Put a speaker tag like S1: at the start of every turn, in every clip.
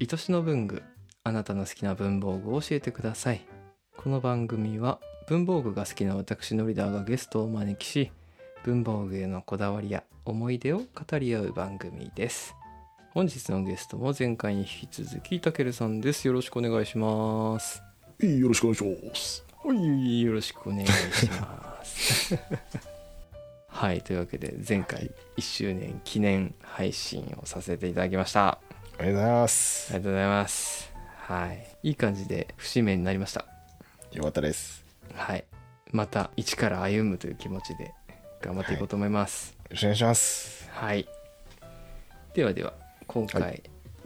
S1: 愛しの文具あなたの好きな文房具を教えてくださいこの番組は文房具が好きな私のリーダーがゲストをお招きし文房具へのこだわりや思い出を語り合う番組です本日のゲストも前回に引き続きたけるさんですよろしくお願いします
S2: よろしくお願いします。
S1: はいよろしくお願いします はいというわけで前回1周年記念配信をさせていただきました
S2: ありがとうございま
S1: あ
S2: す。
S1: りがとうございます。はい。いい感じで節目になりました。
S2: よかったです。
S1: はい。また一から歩むという気持ちで頑張っていこうと思います。
S2: よろしくお願いします。
S1: はい。ではでは、今回、
S2: は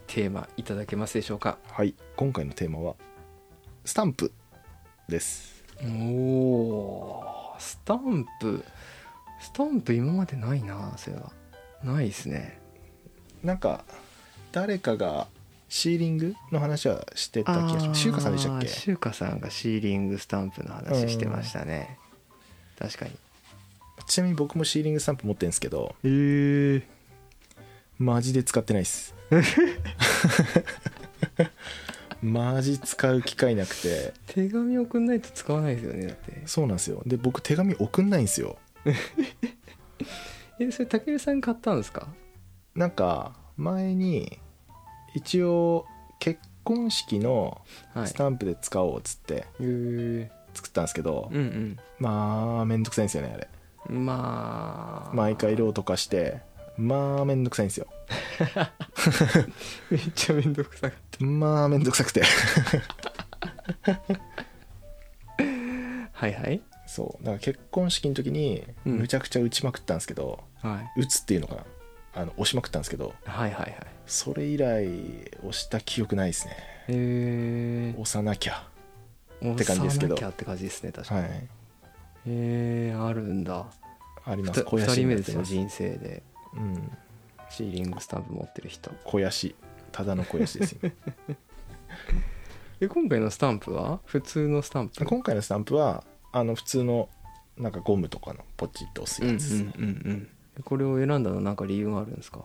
S1: テーマいただけますでしょうか。
S2: はい、今回のテーマはスタンプです。
S1: おおー、スタンプ。スタンプ今までないな、それは。ないですね。
S2: なんか誰かがシーリングの話はしてた気がします。しゅうかさんでしたっけ
S1: あー？シュウカさんがシーリングスタンプの話してましたね。確かに。
S2: ちなみに僕もシーリングスタンプ持ってるんですけど、
S1: ええ
S2: マジで使ってない です。マジ使う機会なくて、
S1: 手紙送んないと使わないですよねだって
S2: そうなんですよ。で僕手紙送んないんですよ。
S1: えそれたけるさんが買ったんですか
S2: なんか前に一応結婚式の
S1: はい
S2: スタンプで使おうっつって
S1: えー、
S2: 作ったんですけど、
S1: うん
S2: まあめんどくさいんですよねあれ
S1: うんまあ
S2: 毎回色を溶かしてまあめんどくさいんですよ
S1: めっちゃめんどくさかっ
S2: まあめんどくさくて
S1: たはいはい
S2: そうだから結婚式の時に
S1: うん
S2: むちゃくちゃ打ちまくったんですけど、
S1: はい
S2: 打つっていうのかなあの押しまくったんですけど
S1: はいはいはい
S2: それ以来押した記憶ないですね
S1: え
S2: 押さなきゃ
S1: ー、
S2: って感じですけど
S1: 押さなきゃって感じですね確かに、
S2: はい
S1: えー、あるんだ
S2: あります
S1: 2
S2: 肥やし
S1: 人
S2: に
S1: 目
S2: な
S1: で
S2: っ
S1: す
S2: て
S1: よ
S2: ます
S1: 人生で
S2: うん
S1: シーリングスタンプ持ってる人
S2: 肥やしただの肥やしですよ
S1: え今回のスタンプは普通のスタンプ
S2: 今回のスタンプはあの普通のなんかゴムとかのポチッと押す
S1: うんう
S2: や
S1: ん
S2: つですね、
S1: うんうんえこれを選んだのは何か理由があるんですか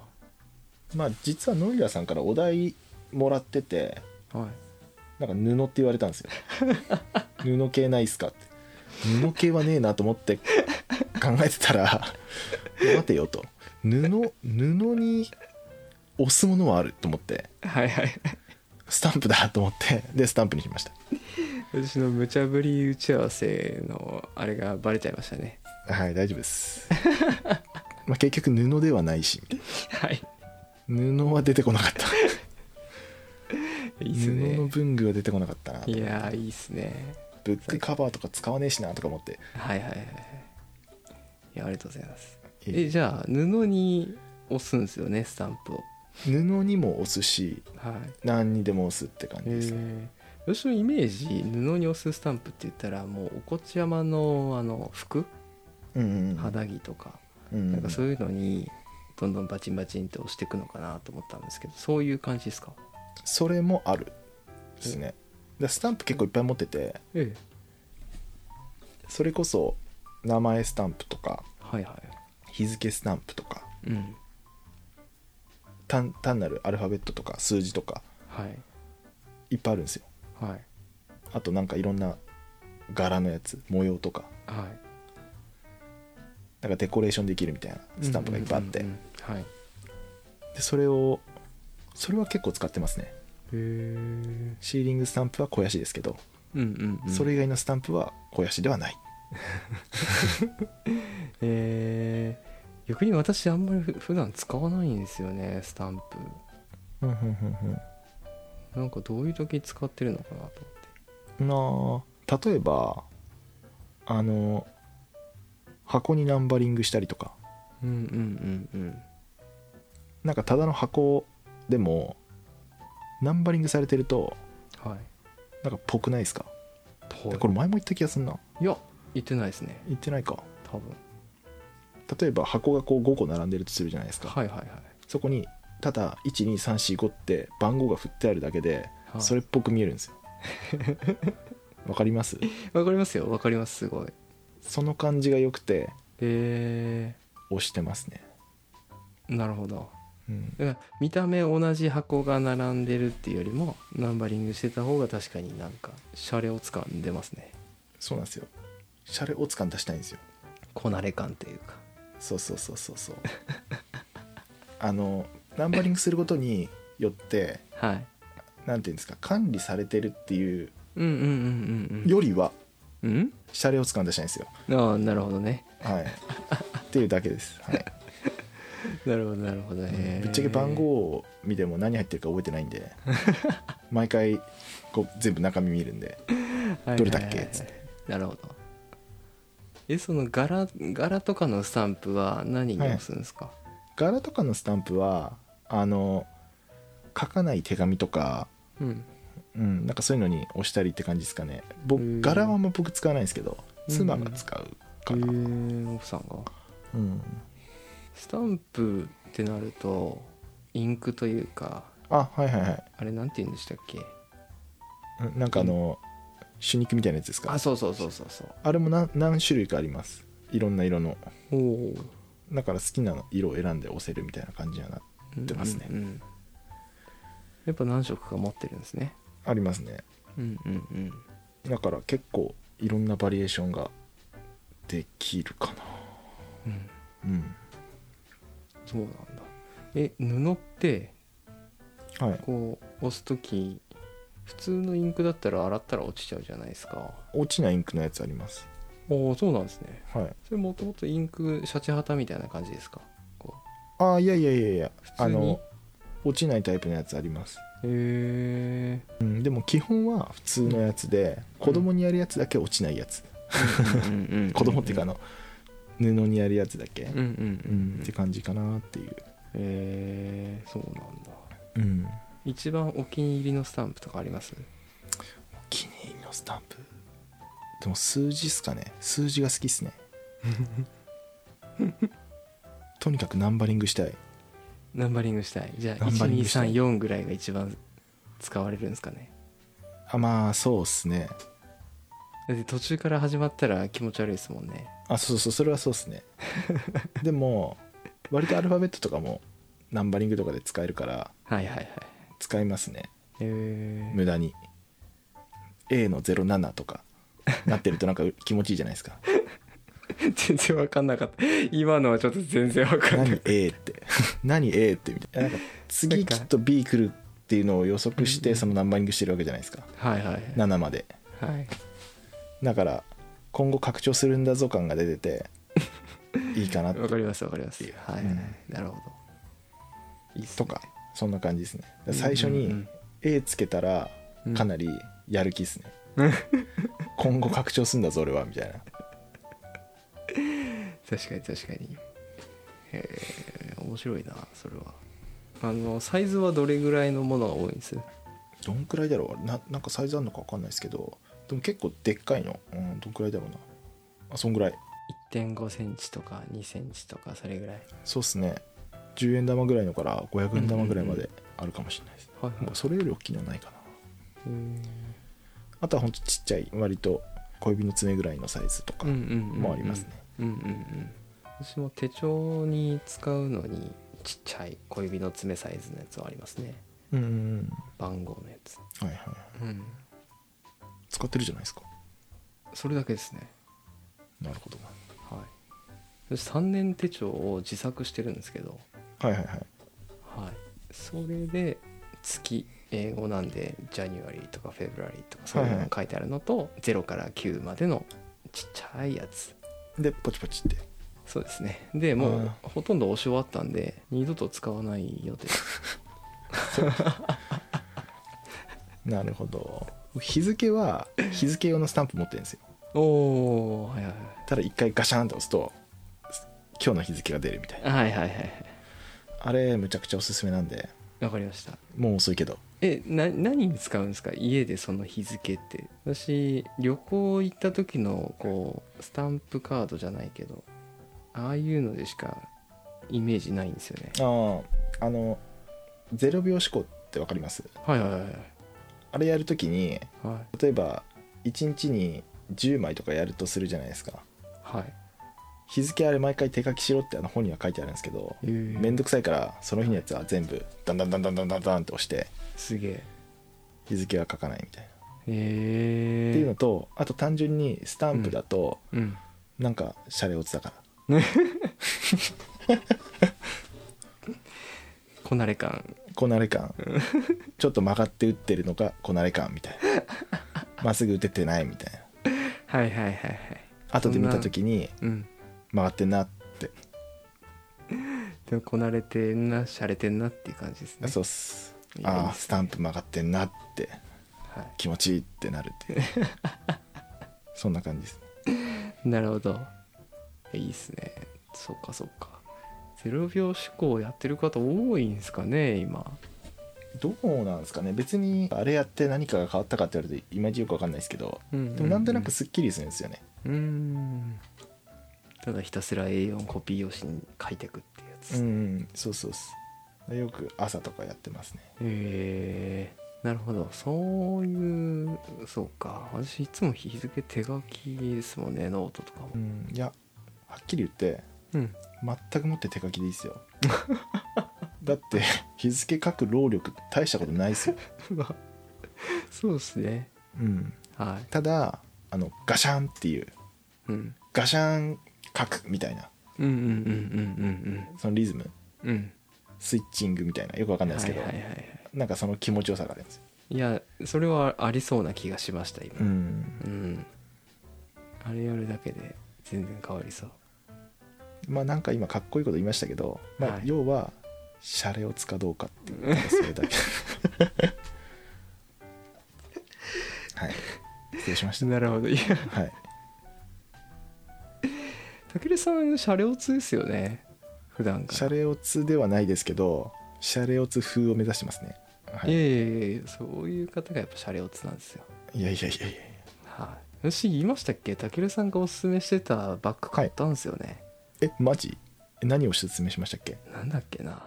S2: まあ実はノリラさんからお題もらってて
S1: はい
S2: なんか布って言われたんで すよ布系ないっすかって布系はねえなと思って考えてたら 待てよと布布に押すものはあると思って
S1: はいはい
S2: スタンプだと思ってでスタンプにしました
S1: 私の無茶ぶり打ち合わせのあれがバレちゃいましたね
S2: はい大丈夫です まあ結局布ではないしみたいな
S1: はい
S2: 布は出てこなかった
S1: いいっす
S2: 布の
S1: ね
S2: 文具が出てこなかったない
S1: やーいいっすね
S2: ブックカバーとか使わねえしなとか思って
S1: はいはいはいはいいやありがとうございます
S2: え
S1: えじゃあ布に押すんですよねスタンプを
S2: 布にも押すし
S1: はい
S2: 何にでも押すって感じですね
S1: えー、私のイメージ布に押すスタンプって言ったらもうおこち山のあの服
S2: うんうんうん
S1: 肌着とか、
S2: うんうん
S1: なんかそういうのにどんどんバチンバチンって押していくのかなと思ったんですけどそういう感じですか
S2: それもあるですねでスタンプ結構いっぱい持ってて
S1: ええ
S2: それこそ名前スタンプとか
S1: はいは
S2: 日付スタンプとか
S1: いうん
S2: 単単なるアルファベットとか数字とか
S1: はい
S2: いっぱいあるんですよ
S1: はい
S2: あとなんかいろんな柄のやつ模様とか
S1: はい
S2: なんかデコレーションできるみたいなスタンプがいっぱいあって
S1: うんうんうんうんはいへ
S2: でそれをそれは結構使ってますね
S1: え
S2: シーリングスタンプは肥やしですけど、
S1: うんうん、うん、
S2: それ以外のスタンプは肥やしではない
S1: えー、逆に私あんまりふ普段使わないんですよねスタンプなんかどういう時使ってるのかなと思って
S2: なあ例えばあの箱にナンバリングしたりとか
S1: うんうんうんうん
S2: なんかただの箱でもナンバリングされてると
S1: はい
S2: なんかぽくないですか
S1: はい
S2: これ前も言った気がするない
S1: や言ってないですね
S2: 言ってないか
S1: 多分
S2: 例えば箱がこう5個並んでるとするじゃないですか、
S1: はいはいはい
S2: そこにただ12345って番号が振ってあるだけで
S1: はい
S2: それっぽく見えるんで すよわかります
S1: わかりますよわかりますすごい
S2: その感じが良くて
S1: え
S2: 押してますね
S1: ー、なるほど
S2: うん
S1: だから見た目同じ箱が並んでるっていうよりもナンバリングしてた方が確かになんかシャレをつかんでますね
S2: そうなんですよシャレをつかん出したいんですよ
S1: こなれ感っていうか
S2: そうそうそうそうそうあのナンバリングすることに よって
S1: はい
S2: なんていうんですか管理されてるっていう
S1: うんうんうん
S2: よりは
S1: うんうん
S2: シャレをつかんだしたいんですよ
S1: うんああなるほどね
S2: はいっていうだけです、はい
S1: なるほどなるほどね
S2: ぶっちゃけ番号を見ても何入ってるか覚えてないんで毎回こう全部中身見るんでどれだっけつって
S1: なるほどえその柄柄とかのスタンプは何に押すんですか、
S2: 柄とかのスタンプはあの書かない手紙とか、
S1: うん
S2: うん、なんかそういうのに押したりって感じですかね
S1: う
S2: 僕
S1: ん
S2: 柄はあんま僕使わないんですけど
S1: うん
S2: 妻が使う
S1: え
S2: から、
S1: ー、奥さんが
S2: うん、
S1: スタンプってなるとインクというか
S2: あはいはいはい
S1: あれなんて言うんでしたっけ
S2: うんなんかあの手肉みたいなやつですか
S1: あそうそうそうそうそう
S2: あれも何何種類かありますいろんな色の
S1: おお
S2: だから好きな色を選んで押せるみたいな感じやなってますね
S1: うんうんうんやっぱ何色か持ってるんですね
S2: ありますね
S1: うんうんうん
S2: だから結構いろんなバリエーションができるかな
S1: うん
S2: うん
S1: そうなんだえ布って
S2: はい
S1: こう押す時普通のインクだったら洗ったら落ちちゃうじゃないですか
S2: 落ちないインクのやつあります
S1: おおそうなんですね
S2: はい
S1: それもともとインクシャチハタみたいな感じですかこ
S2: ああいやいやいやいや
S1: 通に
S2: あの落ちないタイプのやつあります、
S1: うへえ
S2: うん、でも基本は普通のやつで子供にやるやつだけ落ちないやつ、子供っていうかあの布にやるやつだけ、
S1: うんうん
S2: う
S1: うんんうん
S2: って感じかなっていう、
S1: えー、そうなんだ
S2: うん、
S1: 一番お気に入りのスタンプとかあります
S2: お気に入りのスタンプでも数字っすかね数字が好きっす ねとにかくナンバリングしたい
S1: ナンバリングしたいじゃあ
S2: ナンバリングしたい
S1: 1234ぐらいが一番使われるんですかね
S2: あまあそうっすね
S1: だって途中から始まったら気持ち悪いですもんね
S2: あそうそうそれはそうっすねでも割とアルファベットとかもナンバリングとかで使えるから
S1: はいはいはい
S2: 使いますね
S1: えー
S2: 無駄に A の07とかなってるとなんか気持ちいいじゃないですか
S1: 全然わかんなかった今のはちょっと全然わか んな
S2: 何
S1: い
S2: A って 何 A ってみたいななんか次きっと B 来るっていうのを予測し
S1: うんう
S2: て
S1: ん
S2: そのナンバリングしてるわけじゃないですか
S1: はいはいはい
S2: 7まで
S1: はい
S2: だから今後拡張するんだぞ感が出て ていいかなって
S1: わかりますわかります
S2: いや
S1: はい、
S2: うん
S1: なるほどいいっす
S2: と
S1: ね
S2: かそんな感じですね最初
S1: うんう
S2: に
S1: ん
S2: A つけたら
S1: うん
S2: かなりやる 気ですね、今後拡張すんだぞ俺はみたいな
S1: 確かに確かにへえ面白いなそれはあのサイズはどれぐらいのものが多いんです
S2: どんくらいだろうななんかサイズあるのか分かんないですけどでも結構でっかいの、うん、どんくらいだろうなあそんぐらい
S1: 1 5センチとか2センチとかそれぐらい
S2: そうっすね10円玉ぐらいのから500円玉ぐらいまであるかもしれないです、
S1: はいはい
S2: もうそれより大きいのはないかな
S1: うん
S2: あとはほんとちっちゃい割と小指の爪ぐらいのサイズとか
S1: うんうんうん
S2: もありますね、
S1: うんうんうん私も手帳に使うのにちっちゃい小指の爪サイズのやつはありますね
S2: うんうんうん
S1: 番号のやつ
S2: はいはい
S1: うん
S2: 使ってるじゃないですか
S1: それだけですね
S2: なるほどな
S1: はい私3年手帳を自作してるんですけど
S2: はいはいはい
S1: はい、それで月英語なんでジャニュアリーとかフェブラリーとかそういうのが書いてあるのと、0から9までのちっちゃいやつ
S2: でポチポチって
S1: そうですねでもう
S2: あ
S1: ほとんど押し終わったんで二度と使わない予定
S2: なるほど日付は日付用のスタンプ持ってるんですよ
S1: お おはいはい
S2: ただ一回ガシャンと押すと今日の日付が出るみたいな
S1: はいはいはいはい
S2: あれむちゃくちゃおすすめなんで
S1: わかりました
S2: もう遅いけど
S1: えな何に使うんですか家でその日付って私旅行行った時のこうスタンプカードじゃないけどああいうのでしかイメージないんですよね
S2: あああの0秒思考ってわかります
S1: はいはいはいはい
S2: あれやるときに
S1: はい
S2: 例えば1日に10枚とかやるとするじゃないですか
S1: はい
S2: 日付あれ毎回手書きしろってあの本には書いてあるんですけどめんどくさいからその日のやつは全部ダンダンダンダンダンダンダンって押して
S1: すげえ
S2: 日付は書かないみたいな。
S1: えー、
S2: っていうのとあと単純にスタンプだと
S1: うん
S2: なんかシャレオツだから、
S1: こなれ感
S2: こなれ感ちょっと曲がって打ってるのがこなれ感みたいなまっすぐ打ててないみたいな
S1: はいはいはいはい
S2: 後で見た時に
S1: うん
S2: 曲がってんなって
S1: でもこなれてんなしゃれてんなっていう感じですね
S2: そうっす
S1: いいですね
S2: ああスタンプ曲がってんなって
S1: は
S2: 気持ちいいってなるっていう そんな感じです
S1: い、なるほどいいっすねそっかそっか0秒思考やってる方多いんですかね今
S2: どうなんですかね別にあれやって何かが変わったかって言われるといまいちよくわかんないですけどで
S1: で
S2: もなんとなくすっきりするんですよね
S1: うーんただひたすら A4 コピー用紙に書いてくっていうやつ、
S2: うん、
S1: へ
S2: そうそうっすよく朝とかやってますね
S1: えなるほどそういうそうか私いつも日付手書きですもんねノートとかも
S2: うんいやはっきり言って
S1: うん
S2: 全くもって手書きでいいっすよ だって日付書く労力大したことないっすよ、
S1: そうですね
S2: うん、
S1: は
S2: ただあのガシャンっていう
S1: い、うん、
S2: ガシャン書くみたいな
S1: うんうんうん
S2: そのリズム
S1: うんうんうんうん
S2: スイッチングみたいなよくわかんないですけど、
S1: はいはいはいはい
S2: なんかその気持ちよさがあるんですよ、
S1: いやそれはありそうな気がしました今
S2: う
S1: うん、
S2: ん、
S1: あれやるだけで全然変わりそう
S2: まあなんか今かっこいいこと言いましたけど、まあ
S1: は、い
S2: 要はシャレをつかどうかっていうただそ れだけはい失礼しまし
S1: なるほどいや
S2: たはい
S1: 武尊さんシャレオツですよね普段から
S2: シャレオツではないですけどシャレオツ風を目指してますね、はい
S1: い
S2: い、
S1: やいやいやいやそういう方がやっぱシャレオツなんですよ
S2: やいやいやいや
S1: はい私言いましたっけたけるさんがおすすめしてたバッグ買ったんですよね、
S2: えマジえ何を説明しましたっけ
S1: なんだっけな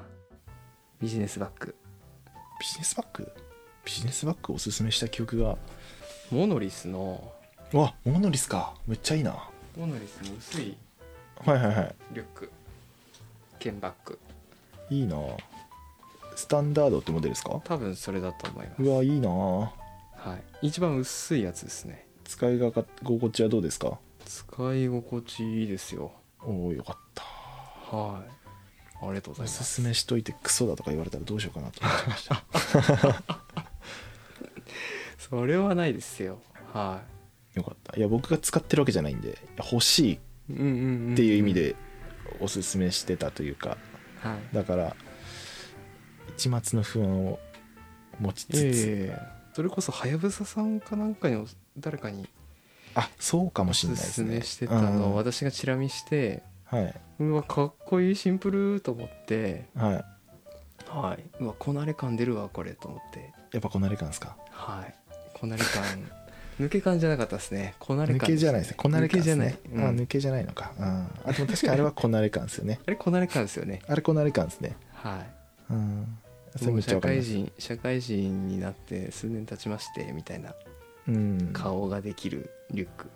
S1: ビジネスバッグ
S2: ビジネスバッグビジネスバッグをおすすめした記憶が
S1: モノリスの
S2: うわモノリスかめっちゃいいなは
S1: モノリスの薄い
S2: いはいはい
S1: リュック剣バッグ
S2: いいなスタンダードってモデルですか
S1: 多分それだと思います
S2: うわいいな
S1: はい、一番薄いやつですね
S2: 使いがか心地はどうですか
S1: 使い心地いいですよ
S2: おおよかった
S1: はいありがとうござい
S2: お
S1: ますす
S2: すめしといてクソだとか言われたらどうしようかなと思ってました
S1: それはないですよは
S2: よかったいや僕が使ってるわけじゃないんで欲しい
S1: い、うんうん
S2: っていう意味でおすすめしてたというか
S1: はい
S2: だから一末の不安を持ちつ
S1: え
S2: つ、
S1: えそれこそはやぶささんかなんかにも誰かに
S2: あそうかも
S1: お
S2: しれ
S1: す
S2: ないです
S1: す
S2: ね
S1: めしてたの
S2: うん
S1: を私がチラ見して
S2: はい、
S1: うわかっこいいシンプルと思って
S2: はい、
S1: はいうわこなれ感出るわこれと思って
S2: やっぱこなれ感ですか
S1: はいこなれ感抜け感じゃなかったですねこなれ
S2: 抜
S1: 感
S2: けじゃないですねこなれ感ですね
S1: 抜けじゃない、
S2: あ
S1: うん
S2: 抜けじゃないのか、うん、あでも確かにあれはこなれ感です よね
S1: あれこなれ感ですよね
S2: あれこなれ感ですね
S1: はい
S2: うんそれ
S1: も
S2: め
S1: う
S2: っちゃ
S1: 社
S2: わかり
S1: 会
S2: ます
S1: 人社会人になって数年経ちましてみたいな
S2: うん
S1: 顔ができるリュック、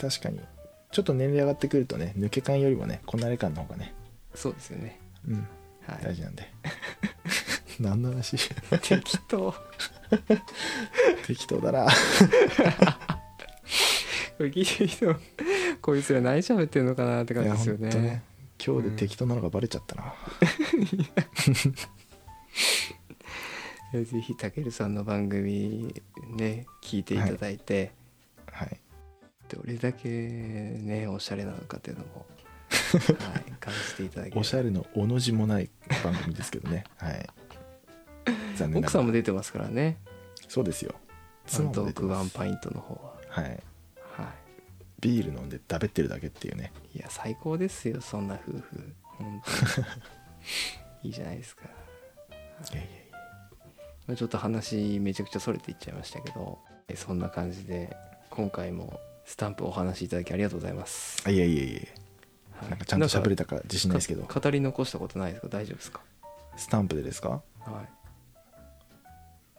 S2: 確かにちょっと年齢上がってくるとね抜け感よりもねこなれ感の方がね
S1: そうですよね
S2: うん
S1: は
S2: 大
S1: い
S2: 事なんで 何の話
S1: 適当こ
S2: 適当だな
S1: れ聞いてる人こいつら何喋ってんのかなって感じですよ
S2: いや
S1: ね
S2: ほんと今日で適当なのがバレちゃったな、
S1: えぜひたけるさんの番組ね聞いていただいて、
S2: はい
S1: どれだけねおしゃれなのかっていうのも、はい、感じていただければ
S2: おしゃれのおの字もない番組ですけど ねはい残念
S1: 奥
S2: なが
S1: さ
S2: ら
S1: んも出てますからね
S2: そうですよ
S1: ア
S2: 妻
S1: ント
S2: も出
S1: ー
S2: て
S1: クワ
S2: ま
S1: ン
S2: す
S1: パイントの方は
S2: はい
S1: は
S2: ビール飲んで食べってるだけっていうね
S1: いいや最高ですよそんな夫婦本当に いいじゃないですか、
S2: いやいやい
S1: まあちょっと話めちゃくちゃそれていっちゃいましたけどえそんな感じで今回もスタンプお話しいただきありがとうございます、
S2: やあいやいやいや
S1: はい
S2: なんかちゃんと喋れたか自信ないですけど
S1: か語り残したことないですか大丈夫ですか
S2: スタンプでですか
S1: はい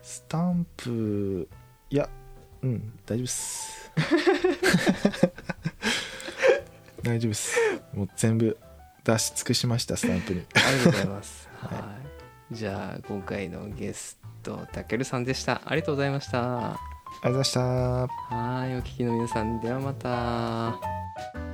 S2: スタンプ いやうん大丈夫っす大丈夫ですもう全部出し尽くしましたスタンプに
S1: ありがとうござい ます。はい。じゃあ今回のゲストたけるさんでした。ありがとうございました。は
S2: ありがとうございました
S1: い、お聞きの皆さんではまた。